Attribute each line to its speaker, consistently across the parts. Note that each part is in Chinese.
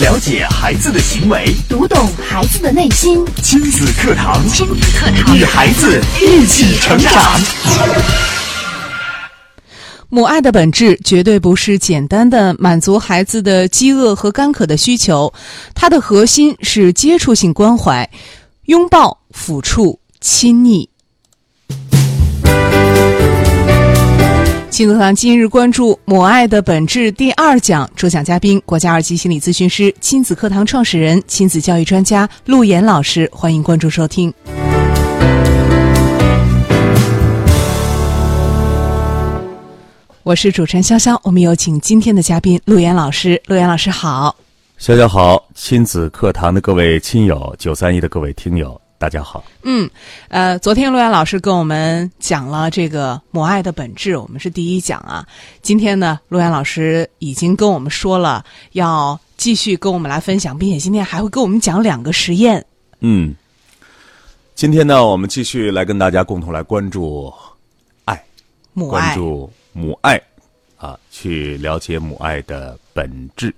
Speaker 1: 了解孩子的行为，
Speaker 2: 读懂孩子的内心。
Speaker 1: 亲子课堂，
Speaker 2: 亲子课堂
Speaker 1: 与孩子一起成长。
Speaker 3: 母爱的本质绝对不是简单的满足孩子的饥饿和干渴的需求，它的核心是接触性关怀，拥抱、抚触、亲昵。亲子堂今日关注“母爱的本质”第二讲，主讲嘉宾国家二级心理咨询师、亲子课堂创始人、亲子教育专家陆岩老师，欢迎关注收听。我是主持人潇潇，我们有请今天的嘉宾陆岩老师。陆岩老师好，
Speaker 4: 小小好，亲子课堂的各位亲友，九三一的各位听友，大家好。
Speaker 3: 嗯，呃，昨天陆岩老师跟我们讲了这个母爱的本质，我们是第一讲啊。今天呢，陆岩老师已经跟我们说了，要继续跟我们来分享，并且今天还会跟我们讲两个实验。
Speaker 4: 嗯，今天呢，我们继续来跟大家共同来关注爱，
Speaker 3: 母
Speaker 4: 关
Speaker 3: 爱，
Speaker 4: 注母爱，啊，去了解母爱的本质。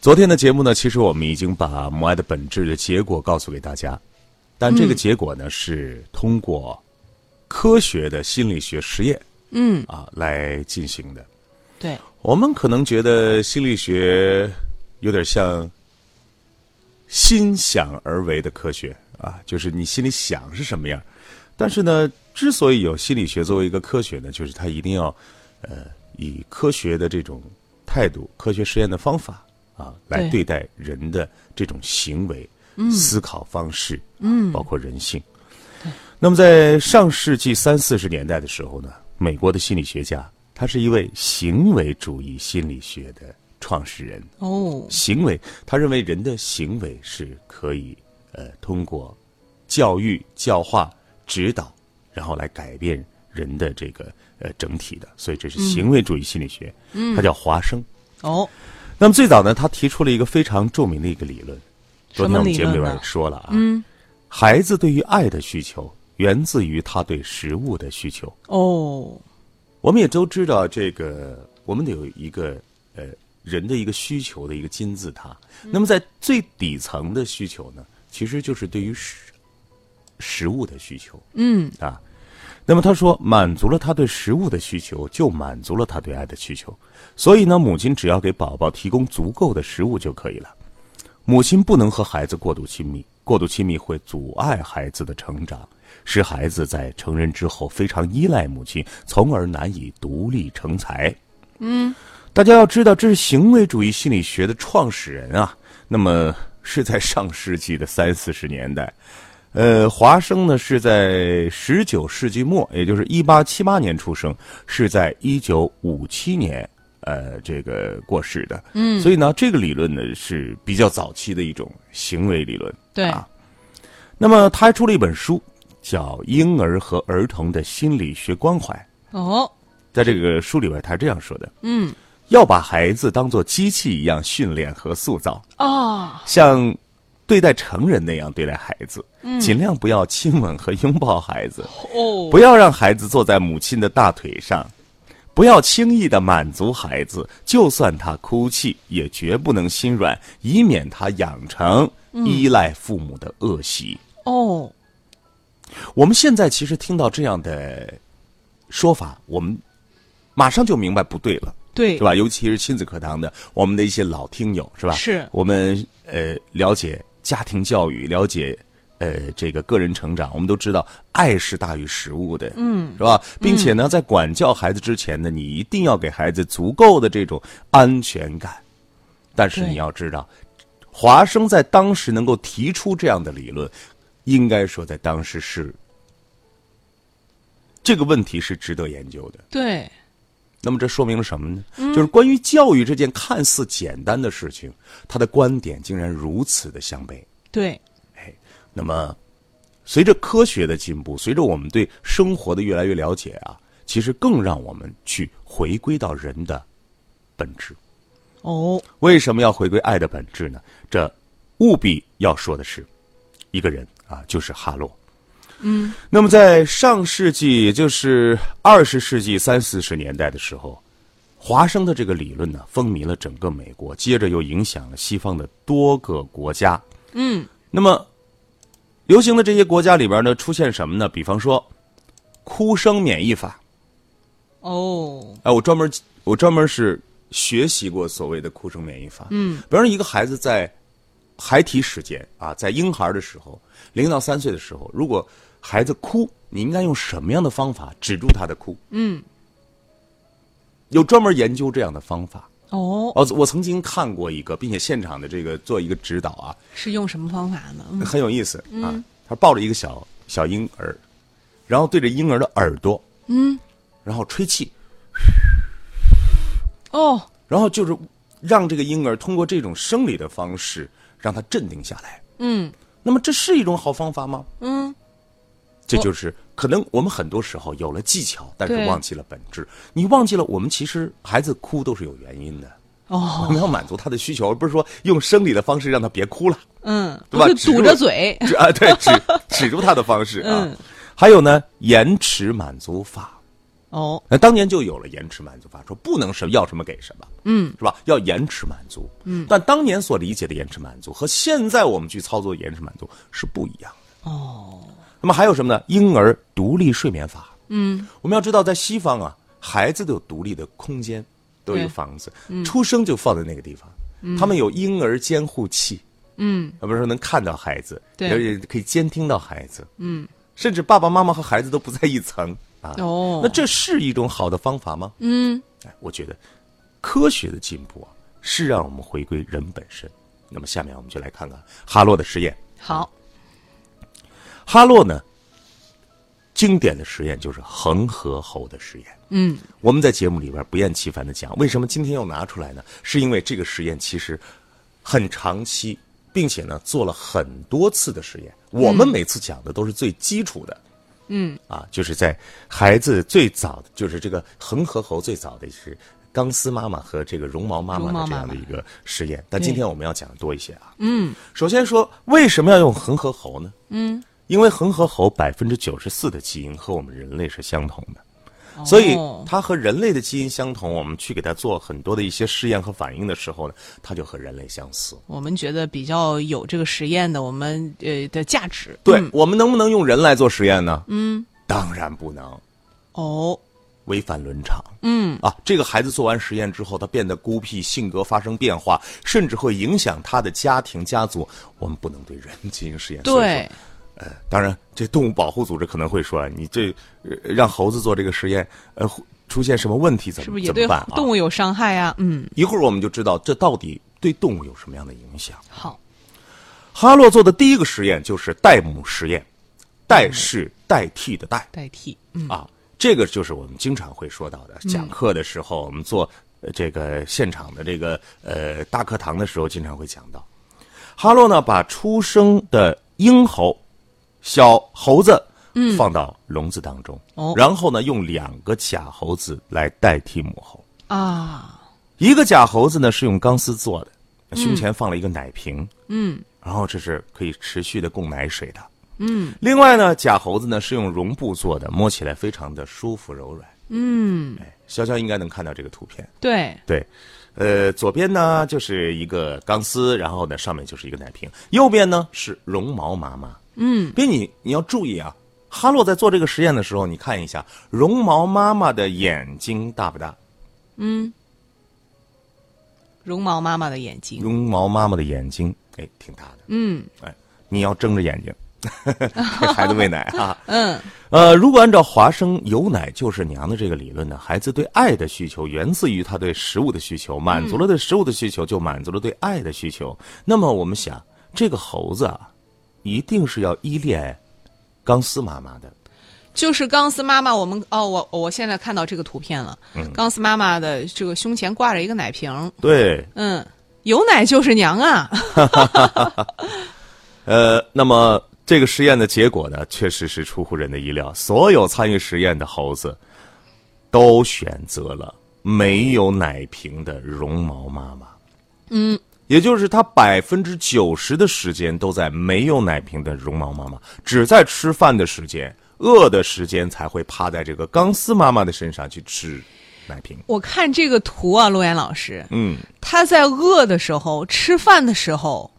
Speaker 4: 昨天的节目呢，其实我们已经把母爱的本质的结果告诉给大家，但这个结果呢，是通过科学的心理学实验
Speaker 3: 嗯，
Speaker 4: 啊来进行的。
Speaker 3: 对，
Speaker 4: 我们可能觉得心理学有点像心想而为的科学啊，就是你心里想是什么样。但是呢，之所以有心理学作为一个科学呢，就是它一定要呃以科学的这种态度、科学实验的方法啊来
Speaker 3: 对
Speaker 4: 对待人的这种行为、思考方式，嗯，包括人性。那么，在上世纪三四十年代的时候呢，美国的心理学家，他是一位行为主义心理学的创始人。
Speaker 3: 哦，
Speaker 4: 行为，他认为人的行为是可以呃通过教育、教化、指导，然后来改变人的这个呃整体的，所以这是行为主义心理学。嗯，他叫华生。
Speaker 3: 哦，
Speaker 4: 那么最早呢，他提出了一个非常著名的一个理论，昨天
Speaker 3: 什么
Speaker 4: 我们
Speaker 3: 理
Speaker 4: 节目里
Speaker 3: 论
Speaker 4: 边
Speaker 3: 呢
Speaker 4: 也？说了啊，嗯，孩子对于爱的需求源自于他对食物的需求。
Speaker 3: 哦，
Speaker 4: 我们也都知道，这个我们得有一个呃人的一个需求的一个金字塔。那么在最底层的需求呢，其实就是对于食食物的需求
Speaker 3: 嗯，
Speaker 4: 啊。那么他说，满足了他对食物的需求，就满足了他对爱的需求。所以呢，母亲只要给宝宝提供足够的食物就可以了。母亲不能和孩子过度亲密，过度亲密会阻碍孩子的成长，使孩子在成人之后非常依赖母亲，从而难以独立成才。嗯，大家要知道，这是行为主义心理学的创始人啊。那么是在上世纪的三四十年代，呃，华生呢是在十九世纪末，也就是一八七八年出生，是在一九五七年呃这个过世的。嗯，所以呢，这个理论呢是比较早期的一种行为理论。
Speaker 3: 对，
Speaker 4: 啊那么他还出了一本书，叫《婴儿和儿童的心理学关怀》。
Speaker 3: 哦，
Speaker 4: 在这个书里边，他这样说的：嗯，要把孩子当做机器一样训练和塑造。
Speaker 3: 哦，
Speaker 4: 像对待成人那样对待孩子，尽量不要亲吻和拥抱孩子，
Speaker 3: 哦，
Speaker 4: 不要让孩子坐在母亲的大腿上，不要轻易的满足孩子，就算他哭泣，也绝不能心软，以免他养成依赖父母的恶习。
Speaker 3: 哦，
Speaker 4: 我们现在其实听到这样的说法，我们马上就明白不对了。
Speaker 3: 对，
Speaker 4: 是吧？尤其是亲子课堂的，我们的一些老听友，是吧？
Speaker 3: 是
Speaker 4: 我们呃了解家庭教育，了解呃这个个人成长，我们都知道爱是大于食物的，嗯，是吧？并且呢，在管教孩子之前呢，你一定要给孩子足够的这种嗯安全感。但是
Speaker 3: 对
Speaker 4: 你要知道，华生在当时能够提出这样的理论，应该说在当时是这个问题是值得研究的。
Speaker 3: 对，
Speaker 4: 那么这说明了什么呢？就是关于教育这件看似简单的事情，他的观点竟然如此的相悖。
Speaker 3: 对，
Speaker 4: 那么，随着科学的进步，随着我们对生活的越来越了解啊，其实更让我们去回归到人的本质。
Speaker 3: 哦，
Speaker 4: 为什么要回归爱的本质呢？这务必要说的是，一个人啊，就是哈洛。嗯，那么在上世纪，也就是二十世纪三四十年代的时候，华生的这个理论呢，风靡了整个美国，接着又影响了西方的多个国家。
Speaker 3: 嗯，
Speaker 4: 那么流行的这些国家里边呢，出现什么呢？比方说，哭声免疫法。
Speaker 3: 哦，
Speaker 4: 哎，我专门我专门是学习过所谓的哭声免疫法。嗯，比方说一个孩子在孩提时间啊，在婴孩的时候，零到三岁的时候，如果孩子哭，你应该用什么样的方法止住他的哭？嗯，有专门研究这样的方法。
Speaker 3: 哦，
Speaker 4: 哦，我曾经看过一个，并且现场的这个做一个指导啊，
Speaker 3: 是用什么方法呢？嗯
Speaker 4: 很有意思啊。他抱着一个小小婴儿，然后对着婴儿的耳朵，嗯，然后吹气，
Speaker 3: 哦，
Speaker 4: 然后就是让这个婴儿通过这种生理的方式让他镇定下来。
Speaker 3: 嗯，
Speaker 4: 那么这是一种好方法吗？
Speaker 3: 嗯，
Speaker 4: 这就是可能我们很多时候有了技巧，但是
Speaker 3: 对
Speaker 4: 忘记了本质。你忘记了，我们其实孩子哭都是有原因的。
Speaker 3: 哦，
Speaker 4: 我们要满足他的需求，而不是说用生理的方式让他别哭 了。
Speaker 3: 嗯，
Speaker 4: 对吧
Speaker 3: 不
Speaker 4: 植
Speaker 3: 是
Speaker 4: 入
Speaker 3: 堵着嘴，
Speaker 4: 止啊，对，止止住他的方式啊。
Speaker 3: 嗯
Speaker 4: 还有呢，延迟满足法。
Speaker 3: 哦，
Speaker 4: 那当年就有了延迟满足法，说不能什么要什么给什么，嗯，是吧？要延迟满足，嗯。但当年所理解的延迟满足和现在我们去操作延迟满足是不一样的。哦。那么还有什么呢？婴儿独立睡眠法。嗯，我们要知道，在西方啊，孩子都有独立的空间，都有一个
Speaker 3: 对
Speaker 4: 房子，出生就放在那个地方。他们有婴儿监护器，
Speaker 3: 嗯，
Speaker 4: 啊，不是说能看到孩子，
Speaker 3: 对
Speaker 4: 而且可以监听到孩子，嗯，甚至爸爸妈妈和孩子都不在一层啊。
Speaker 3: 哦
Speaker 4: 那这是一种好的方法吗？
Speaker 3: 嗯，
Speaker 4: 哎，我觉得科学的进步啊，是让我们回归人本身。那么下面我们就来看看哈洛的实验。
Speaker 3: 好，
Speaker 4: 哈洛呢，经典的实验就是恒河猴的实验。
Speaker 3: 嗯，
Speaker 4: 我们在节目里边不厌其烦的讲，为什么今天要拿出来呢？是因为这个实验其实很长期，并且呢做了很多次的实验。我们每次讲的都是最基础的，嗯，啊，就是在孩子最早的，就是这个恒河猴最早的是钢丝妈妈和这个绒毛妈妈
Speaker 3: 绒
Speaker 4: 的
Speaker 3: 毛
Speaker 4: 这
Speaker 3: 妈妈
Speaker 4: 样的一个实验。但
Speaker 3: 对
Speaker 4: 今天我们要讲的多一些啊，嗯，首先说为什么要用恒河猴呢？嗯。因为恒河猴百分之九十四的基因和我们人类是相同的，所以
Speaker 3: 哦
Speaker 4: 它和人类的基因相同，我们去给它做很多的一些试验和反应的时候呢，它就和人类相似。
Speaker 3: 我们觉得比较有这个实验的，我们呃的价值。
Speaker 4: 对、
Speaker 3: 嗯
Speaker 4: 我们能不能用人来做实验呢？嗯，当然不能，
Speaker 3: 哦，
Speaker 4: 违反伦常。嗯啊，这个孩子做完实验之后，他变得孤僻，性格发生变化，甚至会影响他的家庭家族。我们不能对人进行实验。所以说
Speaker 3: 对，
Speaker 4: 当然，这动物保护组织可能会说，你这、呃让猴子做这个实验，呃，出现什么问题怎么
Speaker 3: 是不是也
Speaker 4: 怎么
Speaker 3: 对
Speaker 4: 办啊？
Speaker 3: 动物有伤害啊？嗯，
Speaker 4: 一会儿我们就知道这到底对动物有什么样的影响。
Speaker 3: 好，
Speaker 4: 哈洛做的第一个实验就是代母实验，代是代替的代、
Speaker 3: 代替，嗯，
Speaker 4: 啊，这个就是我们经常会说到的。讲课的时候，我们做呃这个现场的这个呃大课堂的时候，经常会讲到。哈洛呢，把出生的婴猴、小猴子放到笼子当中，
Speaker 3: 嗯哦
Speaker 4: 然后呢，用两个假猴子来代替母猴。
Speaker 3: 啊，
Speaker 4: 一个假猴子呢是用钢丝做的，胸前放了一个奶瓶，嗯，然后这是可以持续的供奶水的，嗯。另外呢，假猴子呢是用绒布做的，摸起来非常的舒服柔软，嗯。哎，潇潇应该能看到这个图片，
Speaker 3: 对，
Speaker 4: 对，呃，左边呢就是一个钢丝，然后呢上面就是一个奶瓶，右边呢是绒毛妈妈。嗯，别你你要注意啊，哈洛在做这个实验的时候，你看一下绒毛妈妈的眼睛大不大？
Speaker 3: 绒毛妈妈的眼睛，
Speaker 4: 绒毛妈妈的眼睛，哎，挺大的。
Speaker 3: 嗯
Speaker 4: 哎，你要睁着眼睛，给孩子喂奶啊。
Speaker 3: 嗯，
Speaker 4: 呃，如果按照华生“有奶就是娘”的这个理论呢，孩子对爱的需求源自于他对食物的需求，满足了对食物的需求，就满足了对爱的需求。那么我们想，这个猴子啊，一定是要依恋钢丝妈妈的。
Speaker 3: 就是钢丝妈妈，我们哦，我我现在看到这个图片了，
Speaker 4: 嗯
Speaker 3: 钢丝妈妈的这个胸前挂着一个奶瓶，
Speaker 4: 对，
Speaker 3: 嗯，有奶就是娘啊，
Speaker 4: 呃，那么这个实验的结果呢，确实是出乎人的意料。所有参与实验的猴子都选择了没有奶瓶的绒毛妈妈。嗯，也就是它百分之九十的时间都在没有奶瓶的绒毛妈妈，只在吃饭的时间、饿的时间才会趴在这个钢丝妈妈的身上去吃。奶瓶。
Speaker 3: 我看这个图啊，陆岩老师，
Speaker 4: 嗯，
Speaker 3: 他在饿的时候、吃饭的时候，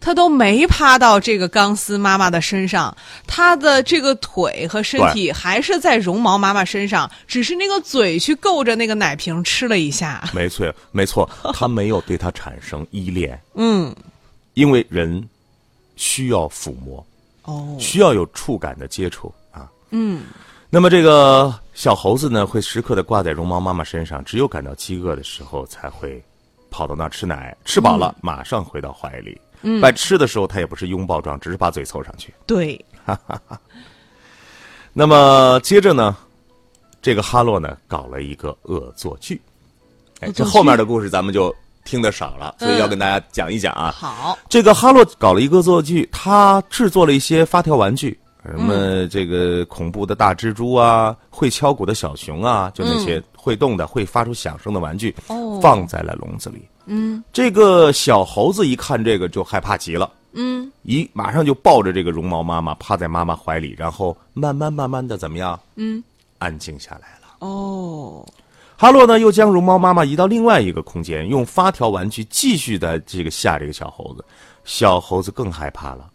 Speaker 3: 他都没趴到这个钢丝妈妈的身上，他的这个腿和身体还是在绒毛妈妈身上，只是那个嘴去够着那个奶瓶吃了一下。
Speaker 4: 没错，没错，他没有对他产生依 恋，
Speaker 3: 嗯，
Speaker 4: 因为人需要抚摸，
Speaker 3: 哦，
Speaker 4: 需要有触感的接触啊。嗯，那么这个小猴子呢，会时刻的挂在绒毛妈妈身上，只有感到饥饿的时候才会跑到那儿吃奶，吃饱了、马上回到怀里。嗯，在吃的时候，它也不是拥抱状，只是把嘴凑上去。
Speaker 3: 对，
Speaker 4: 那么接着呢，这个哈洛呢搞了一个恶作剧，哎，
Speaker 3: 恶
Speaker 4: 这
Speaker 3: 作剧
Speaker 4: 后面的故事咱们就听得少了，所以要
Speaker 3: 嗯
Speaker 4: 跟大家讲一讲啊。
Speaker 3: 好，
Speaker 4: 这个哈洛搞了一个恶作剧，他制作了一些发条玩具，什么
Speaker 3: 嗯
Speaker 4: 这个恐怖的大蜘蛛啊，会敲鼓的小熊啊，就那
Speaker 3: 嗯
Speaker 4: 些会动的、会发出响声的玩具，
Speaker 3: 哦
Speaker 4: 放在了笼子里。嗯，这个小猴子一看这个就害怕极了。嗯，咦，马上就抱着这个绒毛妈妈，趴在妈妈怀里，然后慢慢慢慢的怎么样？嗯，安静下来了。
Speaker 3: 哦，
Speaker 4: 哈洛呢，又将绒毛妈妈移到另外一个空间，用发条玩具继续的这个吓这个小猴子。小猴子更害怕了，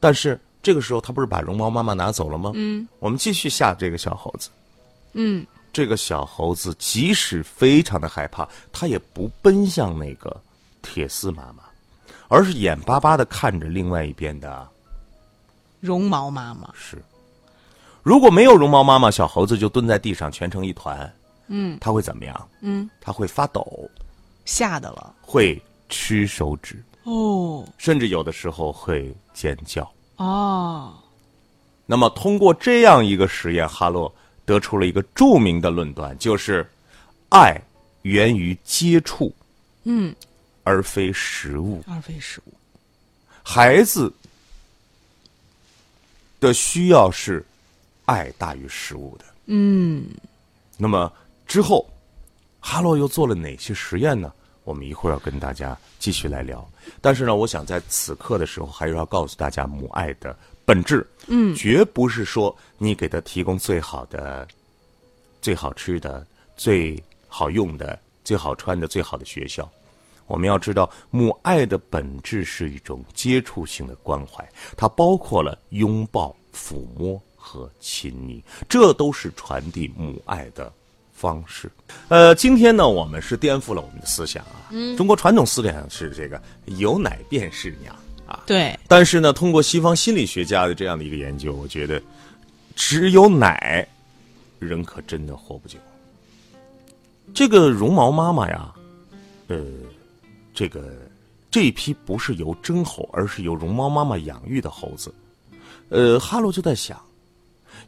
Speaker 4: 但是这个时候他不是把绒毛妈妈拿走了吗？嗯，我们继续吓这个小猴子。
Speaker 3: 嗯，
Speaker 4: 这个小猴子即使非常的害怕，他也不奔向那个铁丝妈妈，而是眼巴巴的看着另外一边的
Speaker 3: 绒毛妈妈，
Speaker 4: 是。如果没有绒毛妈妈，小猴子就蹲在地上，蜷成一团。嗯，它会怎么样？嗯，它会发抖。
Speaker 3: 吓的了。
Speaker 4: 会吃手指，
Speaker 3: 哦，
Speaker 4: 甚至有的时候会尖叫。
Speaker 3: 哦，
Speaker 4: 那么，通过这样一个实验，哈洛得出了一个著名的论断，就是爱源于接触，嗯，而非食物。
Speaker 3: 二非食物。
Speaker 4: 孩子的需要是爱大于食物的。嗯，那么之后，哈洛又做了哪些实验呢？我们一会儿要跟大家继续来聊。但是呢，我想在此刻的时候，还是要告诉大家母爱的本质。嗯，绝不是说你给他提供最好的、最好吃的、最好用的、最好穿的、最好的学校。我们要知道，母爱的本质是一种接触性的关怀，它包括了拥抱、抚摸和亲昵，这都是传递母爱的方式。呃，今天呢，我们是颠覆了我们的思想啊。嗯，中国传统思想是这个“有奶便是娘”啊，
Speaker 3: 对，
Speaker 4: 但是呢，通过西方心理学家的这样的一个研究，我觉得只有奶，人可真的活不久。这个绒毛妈妈呀，呃，这个这一批不是由真猴，而是由绒毛妈妈养育的猴子。呃，哈罗就在想，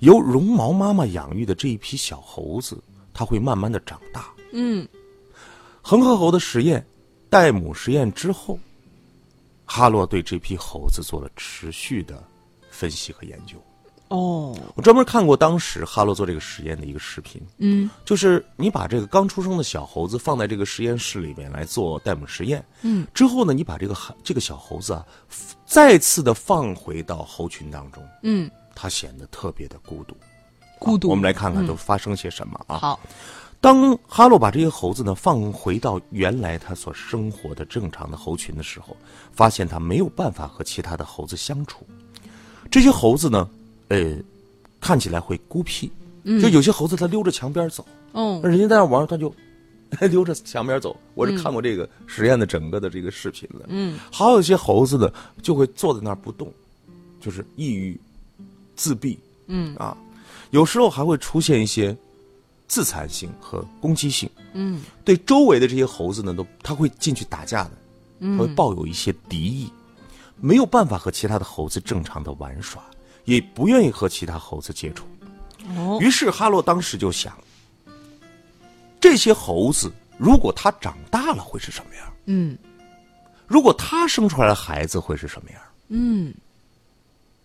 Speaker 4: 由绒毛妈妈养育的这一批小猴子，它会慢慢的长大。
Speaker 3: 嗯，
Speaker 4: 恒河猴的实验，代母实验之后，哈洛对这批猴子做了持续的分析和研究。
Speaker 3: 哦，
Speaker 4: 我专门看过当时哈洛做这个实验的一个视频，嗯，就是你把这个刚出生的小猴子放在这个实验室里面来做代母实验，嗯，之后呢，你把这个哈这个小猴子啊，再次的放回到猴群当中，
Speaker 3: 嗯，
Speaker 4: 它显得特别的孤独。嗯
Speaker 3: 孤独。
Speaker 4: 我们来看看都发生些什么啊？
Speaker 3: 好，
Speaker 4: 当哈洛把这些猴子呢放回到原来它所生活的正常的猴群的时候，发现它没有办法和其他的猴子相处。这些猴子呢，呃，看起来会孤僻，就有些猴子它溜着墙边走，
Speaker 3: 嗯
Speaker 4: 那，人家在那玩儿，它就 溜着墙边走。我是看过这个实验的整个的这个视频的。嗯，还有一些猴子呢，就会坐在那儿不动，就是抑郁、自闭。嗯啊，有时候还会出现一些自残性和攻击性。嗯，对周围的这些猴子呢，都它会进去打架的，它会抱有一些敌意，没有办法和其他的猴子正常的玩耍，也不愿意和其他猴子接触。
Speaker 3: 哦，
Speaker 4: 于是哈洛当时就想，这些猴子如果它长大了会是什么样？
Speaker 3: 嗯，
Speaker 4: 如果它生出来的孩子会是什么样？嗯，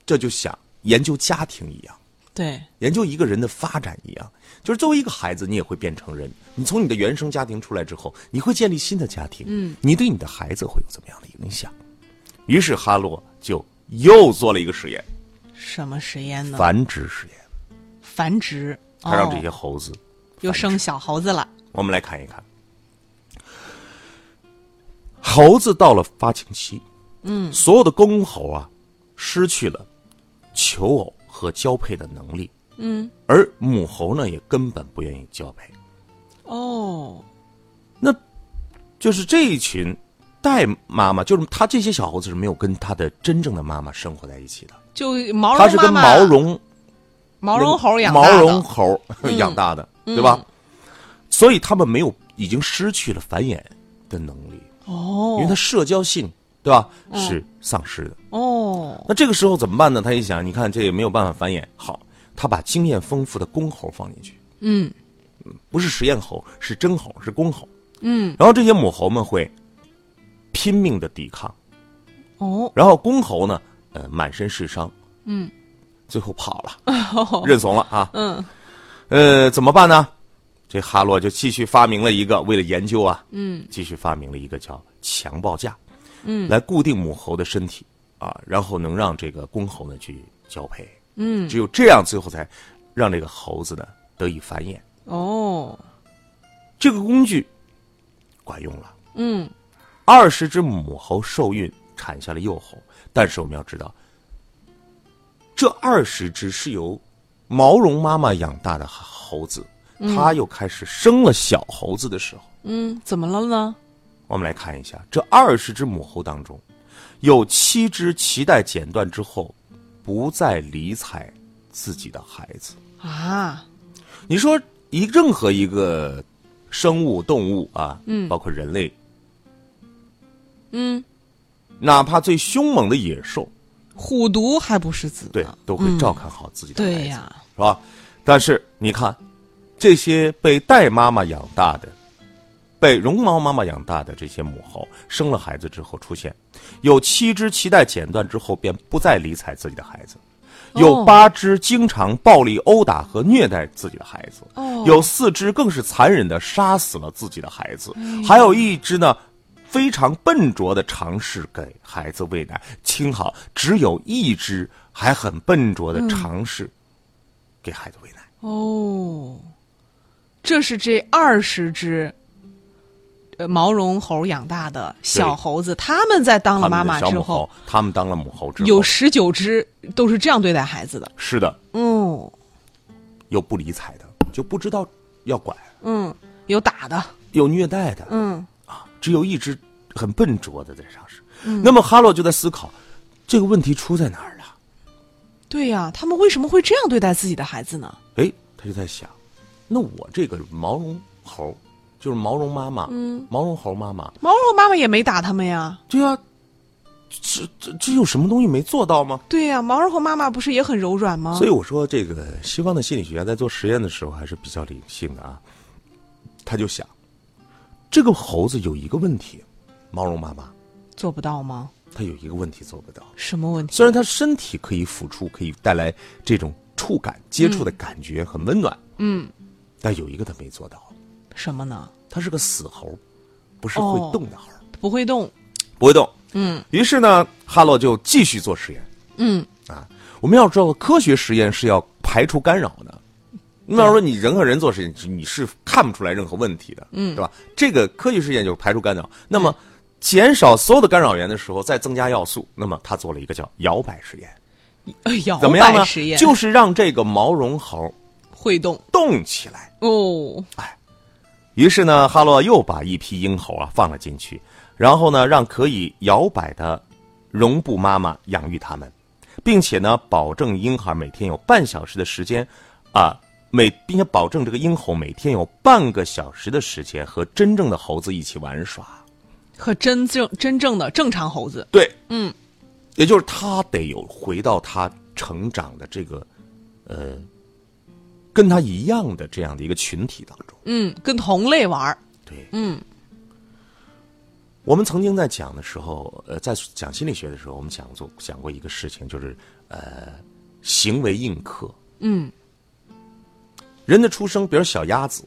Speaker 4: 这就像研究家庭一样，
Speaker 3: 对，
Speaker 4: 研究一个人的发展一样，就是作为一个孩子，你也会变成人。你从你的原生家庭出来之后，你会建立新的家庭，嗯，你对你的孩子会有怎么样的影响？于是哈洛就又做了一个实验，
Speaker 3: 什么实验
Speaker 4: 嗯
Speaker 3: 呢？
Speaker 4: 繁殖实验，
Speaker 3: 繁殖，
Speaker 4: 他让这
Speaker 3: 哦
Speaker 4: 些猴子
Speaker 3: 又生小猴子了。
Speaker 4: 我们来看一看，猴子到了发情期，嗯，所有的公猴啊，失去了求偶和交配的能力，嗯，而母猴呢，也根本不愿意交配。
Speaker 3: 哦，
Speaker 4: 那就是这一群带妈妈，就是他这些小猴子是没有跟他的真正的妈妈生活在一起的，
Speaker 3: 就毛
Speaker 4: 他
Speaker 3: 绒
Speaker 4: 是
Speaker 3: 妈
Speaker 4: 跟
Speaker 3: 妈
Speaker 4: 毛绒
Speaker 3: 毛绒猴养大
Speaker 4: 毛
Speaker 3: 的嗯
Speaker 4: 绒猴养大的，对吧？所以他们没有，已经失去了繁衍的能力，因为
Speaker 3: 哦嗯
Speaker 4: 它社交性，对吧？是丧失的。
Speaker 3: 哦
Speaker 4: 那这个时候怎么办呢？他一想，你看这也没有办法繁衍，好，他把经验丰富的公猴放进去，
Speaker 3: 嗯
Speaker 4: 不是实验猴，是真猴，是公猴。
Speaker 3: 嗯
Speaker 4: 然后这些母猴们会拼命的抵抗，
Speaker 3: 哦
Speaker 4: 然后公猴呢，呃，满身是伤，
Speaker 3: 嗯，
Speaker 4: 最后跑 了，认怂了啊。
Speaker 3: 嗯
Speaker 4: 呃，怎么办呢？这哈洛就继续发明了一个，为了研究啊，嗯，继续发明了一个叫强暴架，嗯，来固定母猴的身体啊，然后能让这个公猴呢去交配，嗯，只有这样，最后才让这个猴子呢得以繁衍。
Speaker 3: 哦
Speaker 4: 这个工具管用了，
Speaker 3: 嗯
Speaker 4: 二十只母猴受孕产下了幼猴，但是我们要知道，这二十只是由毛绒妈妈养大的猴子，它又开始生了小猴子的时候，
Speaker 3: 嗯，怎么了呢？
Speaker 4: 我们来看一下，这二十只母猴当中，有七只脐带剪断之后，不再理睬自己的孩子。
Speaker 3: 啊，
Speaker 4: 你说一任何一个生物、动物啊，嗯，包括人类，
Speaker 3: 嗯，
Speaker 4: 哪怕最凶猛的野兽，
Speaker 3: 虎毒还不食子
Speaker 4: 对
Speaker 3: 呢，
Speaker 4: 都会照看好自己的孩子，
Speaker 3: 啊嗯对呀，
Speaker 4: 是吧？但是你看，这些被带妈妈养大的、被绒毛妈妈养大的这些母猴，生了孩子之后出现，有七只脐带剪断之后便不再理睬自己的孩子。有
Speaker 3: 哦
Speaker 4: 八只经常暴力殴打和虐待自己的孩子，
Speaker 3: 哦
Speaker 4: 有四只更是残忍的杀死了自己的孩子，还有一只呢，非常笨拙的尝试给孩子喂奶。听好，只有一只还很笨拙
Speaker 3: 嗯
Speaker 4: 的尝试给孩子喂奶。
Speaker 3: 哦，这是这二十只。呃，毛绒猴养大的小猴子，他们在当了
Speaker 4: 他
Speaker 3: 哦妈
Speaker 4: 们的
Speaker 3: 妈
Speaker 4: 小
Speaker 3: 之
Speaker 4: 母
Speaker 3: 后
Speaker 4: 猴，，他们当了母猴之后，
Speaker 3: 有十九只都是这样对待孩子的。
Speaker 4: 是的，
Speaker 3: 嗯
Speaker 4: 有不理睬的，就不知道要管；
Speaker 3: 嗯，有打的，
Speaker 4: 有虐待的，
Speaker 3: 嗯
Speaker 4: 只有一只很笨拙的在尝试。
Speaker 3: 嗯
Speaker 4: 那么哈洛就在思考，这个问题出在哪儿了？
Speaker 3: 对呀、他们为什么会这样对待自己的孩子呢？
Speaker 4: 哎，他就在想，那我这个毛绒猴，就是毛绒妈妈，嗯，毛绒猴妈妈，
Speaker 3: 毛绒妈妈也没打他们呀。
Speaker 4: 对啊，这这这有什么东西没做到吗？
Speaker 3: 对呀、毛绒猴妈妈不是也很柔软吗？
Speaker 4: 所以我说，这个西方的心理学家在做实验的时候还是比较理性的啊。他就想，这个猴子有一个问题，毛绒妈妈
Speaker 3: 做不到吗？
Speaker 4: 它有一个问题做不到，
Speaker 3: 什么问题？
Speaker 4: 虽然它身体可以付出，可以带来这种触感、接触的感觉很温暖，嗯，但有一个它没做到，
Speaker 3: 什么呢？
Speaker 4: 它是个死猴，不是
Speaker 3: 哦
Speaker 4: 会动的猴，
Speaker 3: 不会动。
Speaker 4: 不会动。嗯，于是呢，哈洛就继续做实验。
Speaker 3: 嗯，
Speaker 4: 啊，我们要知道，科学实验是要排除干扰的。那要说你人和人做实验，你是看不出来任何问题的，嗯，对吧？这个科学实验就是排除干扰。那么，减少所有的干扰源的时候，再增加要素。那么，他做了一个叫摇摆实验，
Speaker 3: 哎呀，
Speaker 4: 怎么样
Speaker 3: 摇摆
Speaker 4: 呢
Speaker 3: 实？验
Speaker 4: 就是让这个毛绒猴
Speaker 3: 会动
Speaker 4: 动起来。
Speaker 3: 哦。
Speaker 4: 于是呢，哈洛又把一批鹰猴啊放了进去，然后呢，让可以摇摆的绒布妈妈养育它们，并且呢，保证婴孩每天有半小时的时间，啊，每并且保证这个鹰猴每天有半个小时的时间和真正的猴子一起玩耍。
Speaker 3: 和真正真正的正常猴子，
Speaker 4: 对，
Speaker 3: 嗯，
Speaker 4: 也就是他得有回到他成长的这个，呃，跟他一样的这样的一个群体当中。
Speaker 3: 嗯，跟同类玩儿，
Speaker 4: 对，
Speaker 3: 嗯，
Speaker 4: 我们曾经在讲的时候，呃，在讲心理学的时候，我们讲过讲过一个事情，就是呃，行为映客。
Speaker 3: 嗯，
Speaker 4: 人的出生，比如小鸭子，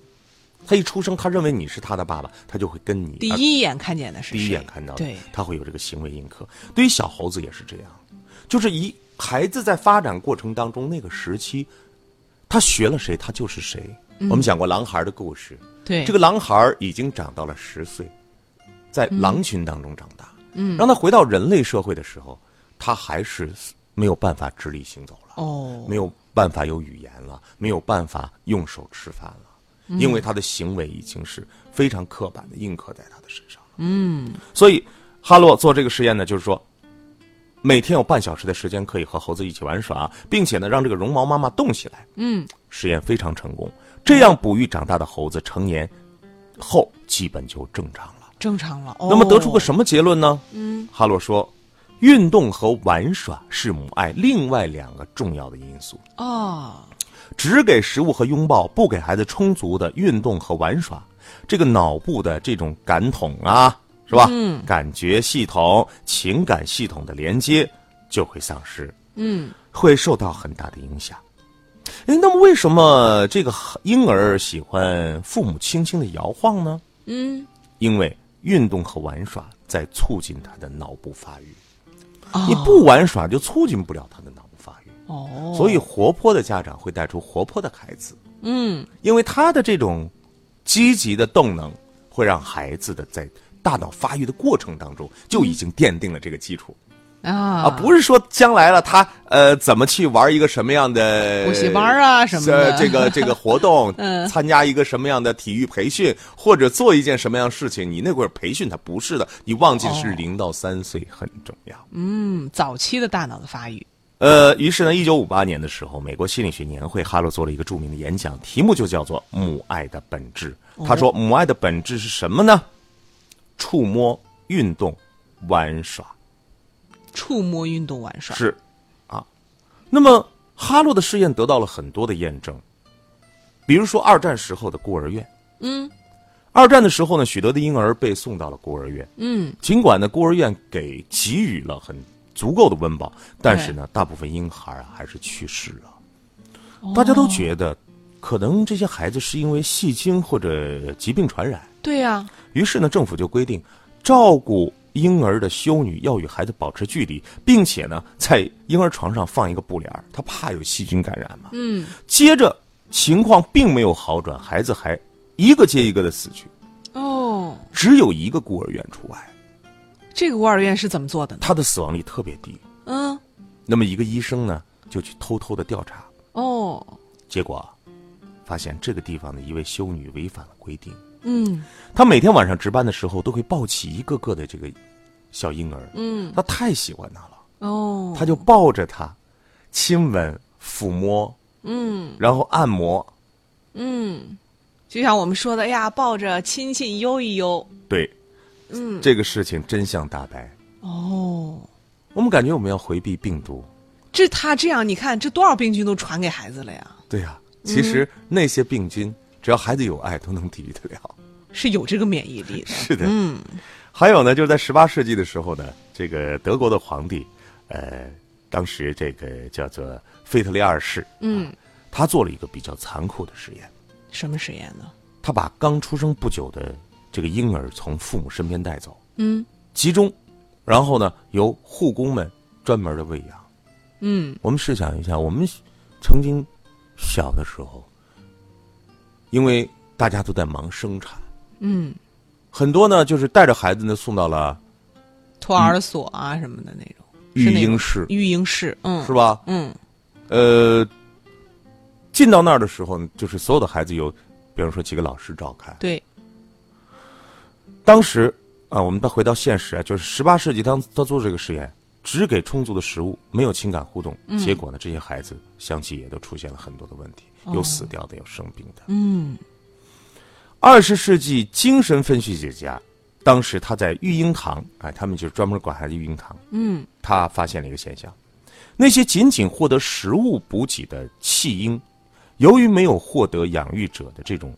Speaker 4: 他一出生，他认为你是他的爸爸，他就会跟你
Speaker 3: 第
Speaker 4: 而
Speaker 3: 一眼看见的是
Speaker 4: 啊
Speaker 3: 谁
Speaker 4: 第一眼看到的，
Speaker 3: 对，
Speaker 4: 他会有这个行为映客。对于小猴子也是这样，就是一孩子在发展过程
Speaker 3: 嗯
Speaker 4: 当中那个时期，他学了谁，他就是谁。我们讲过狼孩的故事，
Speaker 3: 对
Speaker 4: 这个狼孩儿已经长到了十岁，在狼群当中长大。嗯，让他回到人类社会的时候，他还是没有办法直立行走了，
Speaker 3: 哦
Speaker 4: 没有办法有语言了，没有办法用手吃饭了，因为他的行为已经是非常刻板的印刻在他的身上了。嗯，所以哈洛做这个实验呢，就是说。每天有半小时的时间可以和猴子一起玩耍，并且呢，让这个绒毛妈妈动起来。
Speaker 3: 嗯，
Speaker 4: 实验非常成功。这样哺育长大的猴子，成年后基本就正常了。
Speaker 3: 正常了。
Speaker 4: 那么得出个
Speaker 3: 哦
Speaker 4: 什么结论呢？嗯，哈洛说，运动和玩耍是母爱另外两个重要的因素。
Speaker 3: 哦，
Speaker 4: 只给食物和拥抱，不给孩子充足的运动和玩耍，这个脑部的这种感统啊，是吧？嗯，感觉系统、情感系统的连接就会丧失，
Speaker 3: 嗯，
Speaker 4: 会受到很大的影响。哎，那么为什么这个婴儿喜欢父母轻轻的摇晃呢？
Speaker 3: 嗯，
Speaker 4: 因为运动和玩耍在促进他的脑部发育，
Speaker 3: 哦
Speaker 4: 你不玩耍就促进不了他的脑部发育。
Speaker 3: 哦，
Speaker 4: 所以活泼的家长会带出活泼的孩子，
Speaker 3: 嗯，
Speaker 4: 因为他的这种积极的动能，会让孩子的在大脑发育的过程当中就已经奠定了这个基础
Speaker 3: 嗯啊
Speaker 4: 啊，不是说将来了他呃怎么去玩一个什么样的
Speaker 3: 补习班啊什么的嗯
Speaker 4: 呃这个这个活 动，参加一个什么样的体育培训，或者做一件什么样的事情，你那会儿培训他不是的，你忘记是
Speaker 3: 哦
Speaker 4: 零到三岁很重要。
Speaker 3: 嗯，早期的大脑的发育，
Speaker 4: 呃，于是呢，一九五八年的时候，美国心理学年会，哈洛做了一个著名的演讲，题目就叫做《母爱的本质》。他说，母爱的本质是什么呢？触摸、运动、玩耍
Speaker 3: 触摸运动玩耍，
Speaker 4: 是啊。那么，哈洛的试验得到了很多的验证，比如说二战时候的孤儿院。
Speaker 3: 嗯
Speaker 4: 二战的时候呢，许多的婴儿被送到了孤儿院。
Speaker 3: 嗯，
Speaker 4: 尽管呢，孤儿院给给予了很足够的温饱，但是呢，大部分婴孩啊还是去世了。大家都觉得，可能这些孩子是因为细菌或者疾病传染。
Speaker 3: 对啊呀，
Speaker 4: 于是呢，政府就规定，照顾婴儿的修女要与孩子保持距离，并且呢，在婴儿床上放一个布帘儿，他怕有细菌感染嘛。
Speaker 3: 嗯，
Speaker 4: 接着情况并没有好转，孩子还一个接一个的死去，
Speaker 3: 哦，
Speaker 4: 只有一个孤儿院除外，
Speaker 3: 这个孤儿院是怎么做的呢？
Speaker 4: 他的死亡率特别低。
Speaker 3: 嗯，
Speaker 4: 那么一个医生呢，就去偷偷的调查，
Speaker 3: 哦，
Speaker 4: 结果发现这个地方的一位修女违反了规定，
Speaker 3: 嗯
Speaker 4: 她每天晚上值班的时候都会抱起一个个的这个小婴儿，
Speaker 3: 嗯，
Speaker 4: 她太喜欢他了，
Speaker 3: 哦，
Speaker 4: 她就抱着他，亲吻、抚摸，
Speaker 3: 嗯
Speaker 4: 然后按摩，
Speaker 3: 嗯，就像我们说的，哎呀，抱着亲亲悠一悠，
Speaker 4: 对，嗯，这个事情真相大白。
Speaker 3: 哦，
Speaker 4: 我们感觉我们要回避病毒，
Speaker 3: 这他这样，你看这多少病菌都传给孩子了呀，
Speaker 4: 对呀、其实那些病菌，只要孩子有爱，都能抵御得了。
Speaker 3: 是有这个免疫力的，
Speaker 4: 是的，
Speaker 3: 嗯，
Speaker 4: 还有呢，就是在十八世纪的时候呢，这个德国的皇帝，呃，当时这个叫做腓特烈二世，
Speaker 3: 嗯，
Speaker 4: 他做了一个比较残酷的实验，
Speaker 3: 什么实验呢？
Speaker 4: 他把刚出生不久的这个婴儿从父母身边带走，
Speaker 3: 嗯
Speaker 4: 集中，然后呢由护工们专门的喂养。
Speaker 3: 嗯，
Speaker 4: 我们试想一下，我们曾经小的时候，因为大家都在忙生产，
Speaker 3: 嗯，
Speaker 4: 很多呢就是带着孩子呢送到了
Speaker 3: 托儿所啊什么的那种，是
Speaker 4: 育
Speaker 3: 那
Speaker 4: 婴
Speaker 3: 种
Speaker 4: 室，
Speaker 3: 育婴室，嗯，
Speaker 4: 是吧？
Speaker 3: 嗯
Speaker 4: 呃，进到那儿的时候呢，就是所有的孩子有，比方说几个老师照看。
Speaker 3: 对，
Speaker 4: 当时啊，我们再回到现实啊，就是十八世纪当他做这个实验，只给充足的食物，没有情感互动，结果呢，这些孩子相继也都出现了很多的问题，有死掉的，有生病的。
Speaker 3: 嗯
Speaker 4: 二十世纪精神分析学家，当时他在育婴堂，哎，他们就是专门管孩子育婴堂，
Speaker 3: 嗯
Speaker 4: 他发现了一个现象：那些仅仅获得食物补给的弃婴，由于没有获得养育者的这种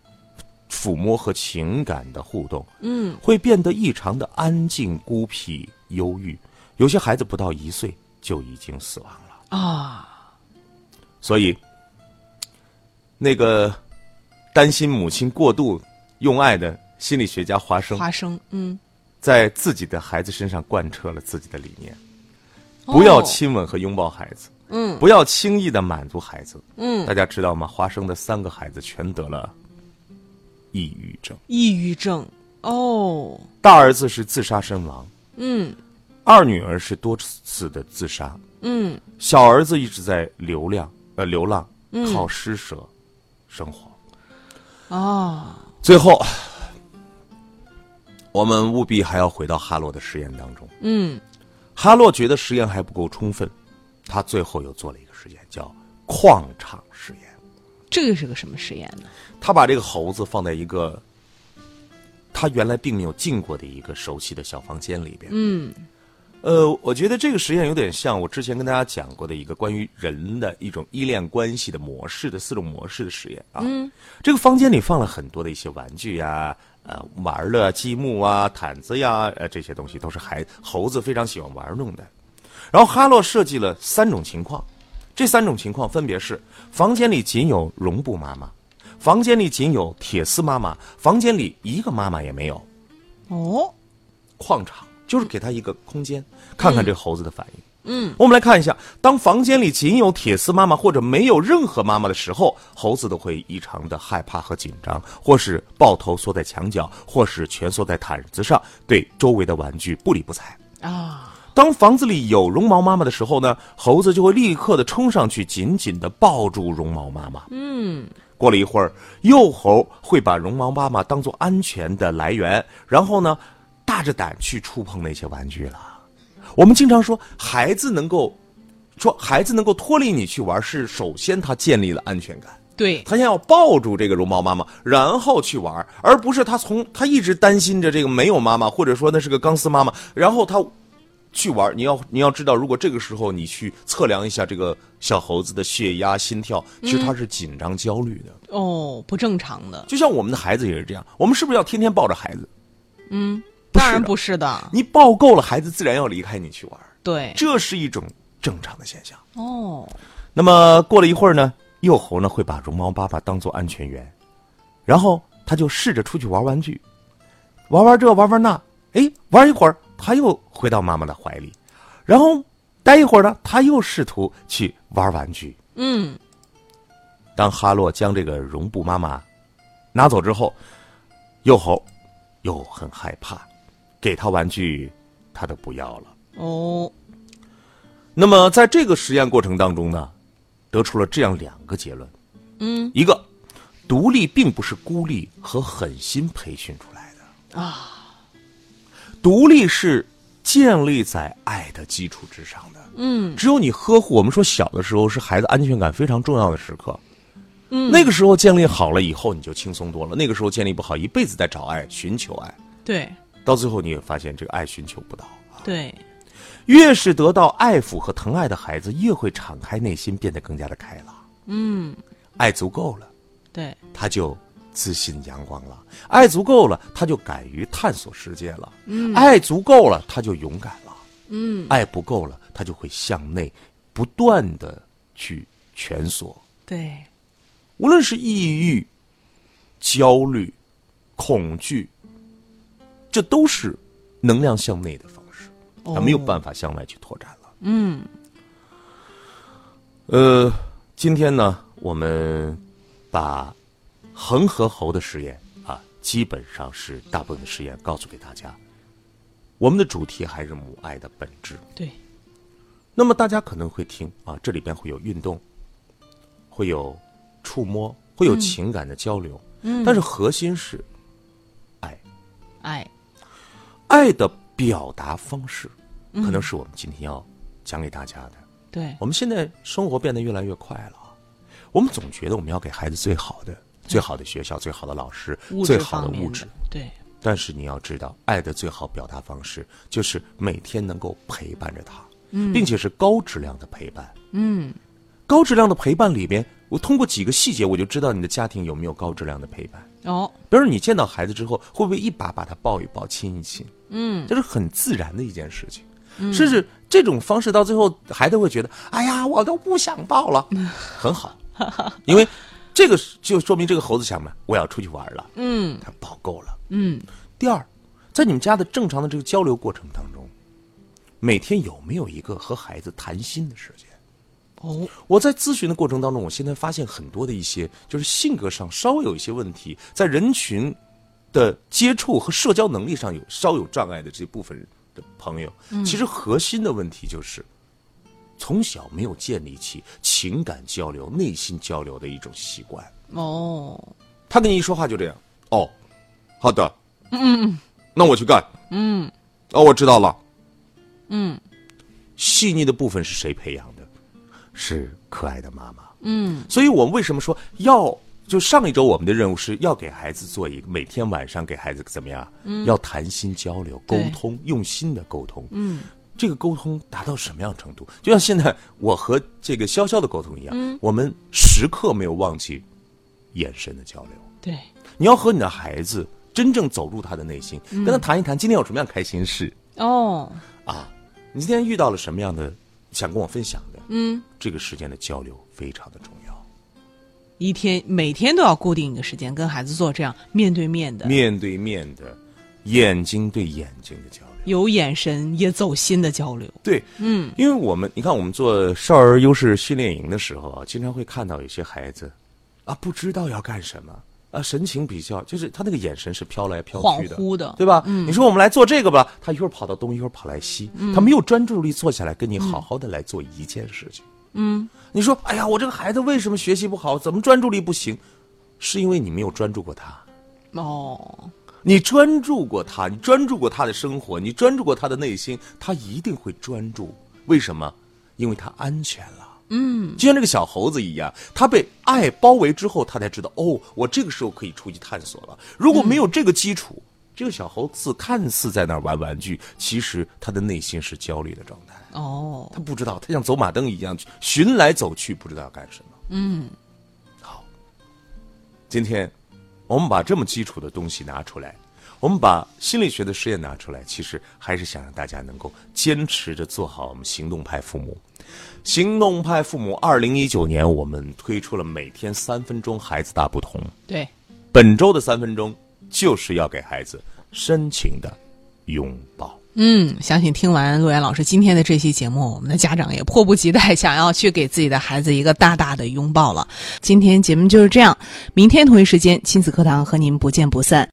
Speaker 4: 抚摸和情感的互动，
Speaker 3: 嗯，
Speaker 4: 会变得异常的安静、孤僻、忧郁。有些孩子不到一岁就已经死亡了。
Speaker 3: 啊，
Speaker 4: 所以，那个担心母亲过度用爱的心理学家华生，
Speaker 3: 花生，嗯，
Speaker 4: 在自己的孩子身上贯彻了自己的理念：不要
Speaker 3: 哦，
Speaker 4: 亲吻和拥抱孩子。
Speaker 3: 嗯
Speaker 4: 不要轻易的满足孩子。
Speaker 3: 嗯
Speaker 4: 大家知道吗？花生的三个孩子全得了抑郁症，
Speaker 3: 抑郁症哦，
Speaker 4: 大儿子是自杀身亡，
Speaker 3: 嗯
Speaker 4: 二女儿是多次的自杀，
Speaker 3: 嗯，
Speaker 4: 小儿子一直在流浪，呃，流浪，
Speaker 3: 嗯
Speaker 4: 靠施舍生活。
Speaker 3: 哦，
Speaker 4: 最后，我们务必还要回到哈洛的实验当中。
Speaker 3: 嗯
Speaker 4: 哈洛觉得实验还不够充分，他最后又做了一个实验，叫矿场实验。
Speaker 3: 这个是个什么实验呢？
Speaker 4: 他把这个猴子放在一个他原来并没有进过的一个熟悉的小房间里边。
Speaker 3: 嗯
Speaker 4: 呃，我觉得这个实验有点像我之前跟大家讲过的一个关于人的一种依恋关系的模式的四种模式的实验啊。
Speaker 3: 嗯，
Speaker 4: 这个房间里放了很多的一些玩具呀、呃，玩乐啊、积木啊、毯子呀，呃，这些东西都是孩猴子非常喜欢玩弄的。然后哈洛设计了三种情况，这三种情况分别是：房间里仅有绒布妈妈，房间里仅有铁丝妈妈，房间里一个妈妈也没有。
Speaker 3: 哦，
Speaker 4: 矿场，就是给他一个空间，看看这猴子的反应。嗯，我们来看一下，当房间里仅有铁丝妈妈或者没有任何妈妈的时候，猴子都会异常的害怕和紧张，或是抱头缩在墙角，或是蜷缩在毯子上，对周围的玩具不理不睬。
Speaker 3: 啊，
Speaker 4: 当房子里有绒毛妈妈的时候呢，猴子就会立刻的冲上去，紧紧的抱住绒毛妈妈。嗯，过了一会儿，幼猴会把绒毛妈妈当做安全的来源，然后呢，大着胆去触碰那些玩具了。我们经常说，孩子能够说孩子能够脱离你去玩，是首先他建立了安全感。
Speaker 3: 对，
Speaker 4: 他先要抱住这个绒毛妈妈，然后去玩儿，而不是他从他一直担心着这个没有妈妈，或者说那是个钢丝妈妈，然后他去玩儿。你要你要知道，如果这个时候你去测量一下这个小猴子的血压、心跳，其实他是紧张焦虑的。
Speaker 3: 哦，不正常的，
Speaker 4: 就像我们的孩子也是这样，我们是不是要天天抱着孩子？不是
Speaker 3: 当然
Speaker 4: 的
Speaker 3: 不是的，
Speaker 4: 你抱够了，孩子自然要离开你去玩儿，
Speaker 3: 对，
Speaker 4: 这是一种正常的现象。
Speaker 3: 哦，
Speaker 4: 那么过了一会儿呢，幼猴呢会把绒毛爸爸当做安全员，然后他就试着出去玩玩具，玩玩这玩玩那，哎，玩一会儿他又回到妈妈的怀里，然后待一会儿呢，他又试图去玩玩具。
Speaker 3: 嗯，
Speaker 4: 当哈洛将这个绒布妈妈拿走之后，幼猴又很害怕，给他玩具他都不要了。
Speaker 3: 哦，
Speaker 4: 那么在这个实验过程当中呢，得出了这样两个结论：
Speaker 3: 嗯，
Speaker 4: 一个，独立并不是孤立和狠心培训出来的
Speaker 3: 啊，
Speaker 4: 独立是建立在爱的基础之上的。
Speaker 3: 嗯，
Speaker 4: 只有你呵护，我们说小的时候是孩子安全感非常重要的时刻。嗯，那个时候建立好了以后，你就轻松多了。那个时候建立不好，一辈子在找爱、寻求爱，
Speaker 3: 对
Speaker 4: 到最后你也发现这个爱寻求不到。
Speaker 3: 对，
Speaker 4: 越是得到爱抚和疼爱的孩子，越会敞开内心，变得更加的开朗。
Speaker 3: 嗯，
Speaker 4: 爱足够了，
Speaker 3: 对，
Speaker 4: 他就自信阳光了；爱足够了，他就敢于探索世界了；嗯、爱足够了，他就勇敢了；
Speaker 3: 嗯，
Speaker 4: 爱不够了，他就会向内不断的去蜷缩。
Speaker 3: 对，
Speaker 4: 无论是抑郁、焦虑、恐惧，这都是能量向内的方式，它没有办法向外去拓展了。
Speaker 3: 嗯，
Speaker 4: 呃，今天呢，我们把恒河猴的实验啊，基本上是大部分的实验告诉给大家。我们的主题还是母爱的本质。
Speaker 3: 对，
Speaker 4: 那么大家可能会听啊，这里边会有运动，会有触摸，会有情感的交流，嗯，但是核心是爱，
Speaker 3: 爱，
Speaker 4: 爱的表达方式，可能是我们今天要讲给大家的。
Speaker 3: 对，
Speaker 4: 我们现在生活变得越来越快了啊，我们总觉得我们要给孩子最好的、最好的学校、最好的老师、
Speaker 3: 嗯物质
Speaker 4: 最好
Speaker 3: 方
Speaker 4: 的
Speaker 3: 面
Speaker 4: 物质
Speaker 3: 的，，对，
Speaker 4: 但是你要知道，爱的最好表达方式就是每天能够陪伴着他，并且是高质量的陪伴。
Speaker 3: 嗯，
Speaker 4: 高质量的陪伴里边，我通过几个细节，我就知道你的家庭有没有高质量的陪伴。
Speaker 3: 哦，
Speaker 4: 比如你见到孩子之后，会不会一把把他抱一抱、亲一亲？
Speaker 3: 嗯，
Speaker 4: 这是很自然的一件事情。甚至这种方式到最后，孩子会觉得：“哎呀，我都不想抱了。” 很好，因为这个是就说明这个猴子想嘛，我要出去玩了。
Speaker 3: 嗯
Speaker 4: 他抱够了。
Speaker 3: 嗯，
Speaker 4: 第二，在你们家的正常的这个交流过程当中，每天有没有一个和孩子谈心的时间？
Speaker 3: 哦，
Speaker 4: 我在咨询的过程当中，我现在发现很多的一些就是性格上稍微有一些问题，在人群的接触和社交能力上有稍有障碍的这部分的朋友，其实核心的问题就是从小没有建立起情感交流、内心交流的一种习惯。
Speaker 3: 哦，
Speaker 4: 他跟你一说话就这样，哦，好的，嗯，那我去干，嗯，哦，我知道了，嗯，细腻的部分是谁培养的？是可爱的妈妈，嗯，所以我们为什么说要？就上一周我们的任务是要给孩子做一个每天晚上给孩子怎么样？嗯，要谈心交流、沟
Speaker 3: 对
Speaker 4: 通，用心的沟通，嗯。这个沟通达到什么样程度？就像现在我和这个潇潇的沟通一样，我们时刻没有忘记眼神的交流。
Speaker 3: 对，
Speaker 4: 你要和你的孩子真正走入他的内心，跟他谈一谈今天有什么样开心事
Speaker 3: 哦，
Speaker 4: 啊？你今天遇到了什么样的想跟我分享的？
Speaker 3: 嗯，
Speaker 4: 这个时间的交流非常的重要。
Speaker 3: 一天每天都要固定一个时间跟孩子做这样面对面的，
Speaker 4: 面对面的，眼睛对眼睛的交流，
Speaker 3: 有眼神也走心的交流。
Speaker 4: 对，嗯，因为我们你看，我们做少儿优势训练营的时候啊，经常会看到有些孩子啊，不知道要干什么。啊，神情比较就是他那个眼神是飘来飘去的，
Speaker 3: 恍惚的嗯
Speaker 4: 对吧？你说我们来做这个吧，他一会儿跑到东，一会儿跑来西，他没有专注力坐下来跟你好好的来做一件事情。嗯，你说，哎呀，我这个孩子为什么学习不好？怎么专注力不行？是因为你没有专注过他。
Speaker 3: 哦，
Speaker 4: 你专注过他，你专注过他的生活，你专注过他的内心，他一定会专注。为什么？因为他安全了。嗯，就像这个小猴子一样，他被爱包围之后，他才知道哦，我这个时候可以出去探索了。如果没有这个基础，这个小猴子看似在那儿玩玩具，其实他的内心是焦虑的状态。
Speaker 3: 哦，
Speaker 4: 他不知道，他像走马灯一样寻来走去，不知道要干什么。嗯，好，今天我们把这么基础的东西拿出来，我们把心理学的实验拿出来，其实还是想让大家能够坚持着做好我们行动派父母。行动派父母，二零一九年我们推出了每天三分钟孩子大不同，
Speaker 3: 对，
Speaker 4: 本周的三分钟就是要给孩子深情的拥抱。
Speaker 3: 嗯，相信听完陆岩老师今天的这期节目，我们的家长也迫不及待想要去给自己的孩子一个大大的拥抱了。今天节目就是这样，明天同一时间亲子课堂和您不见不散。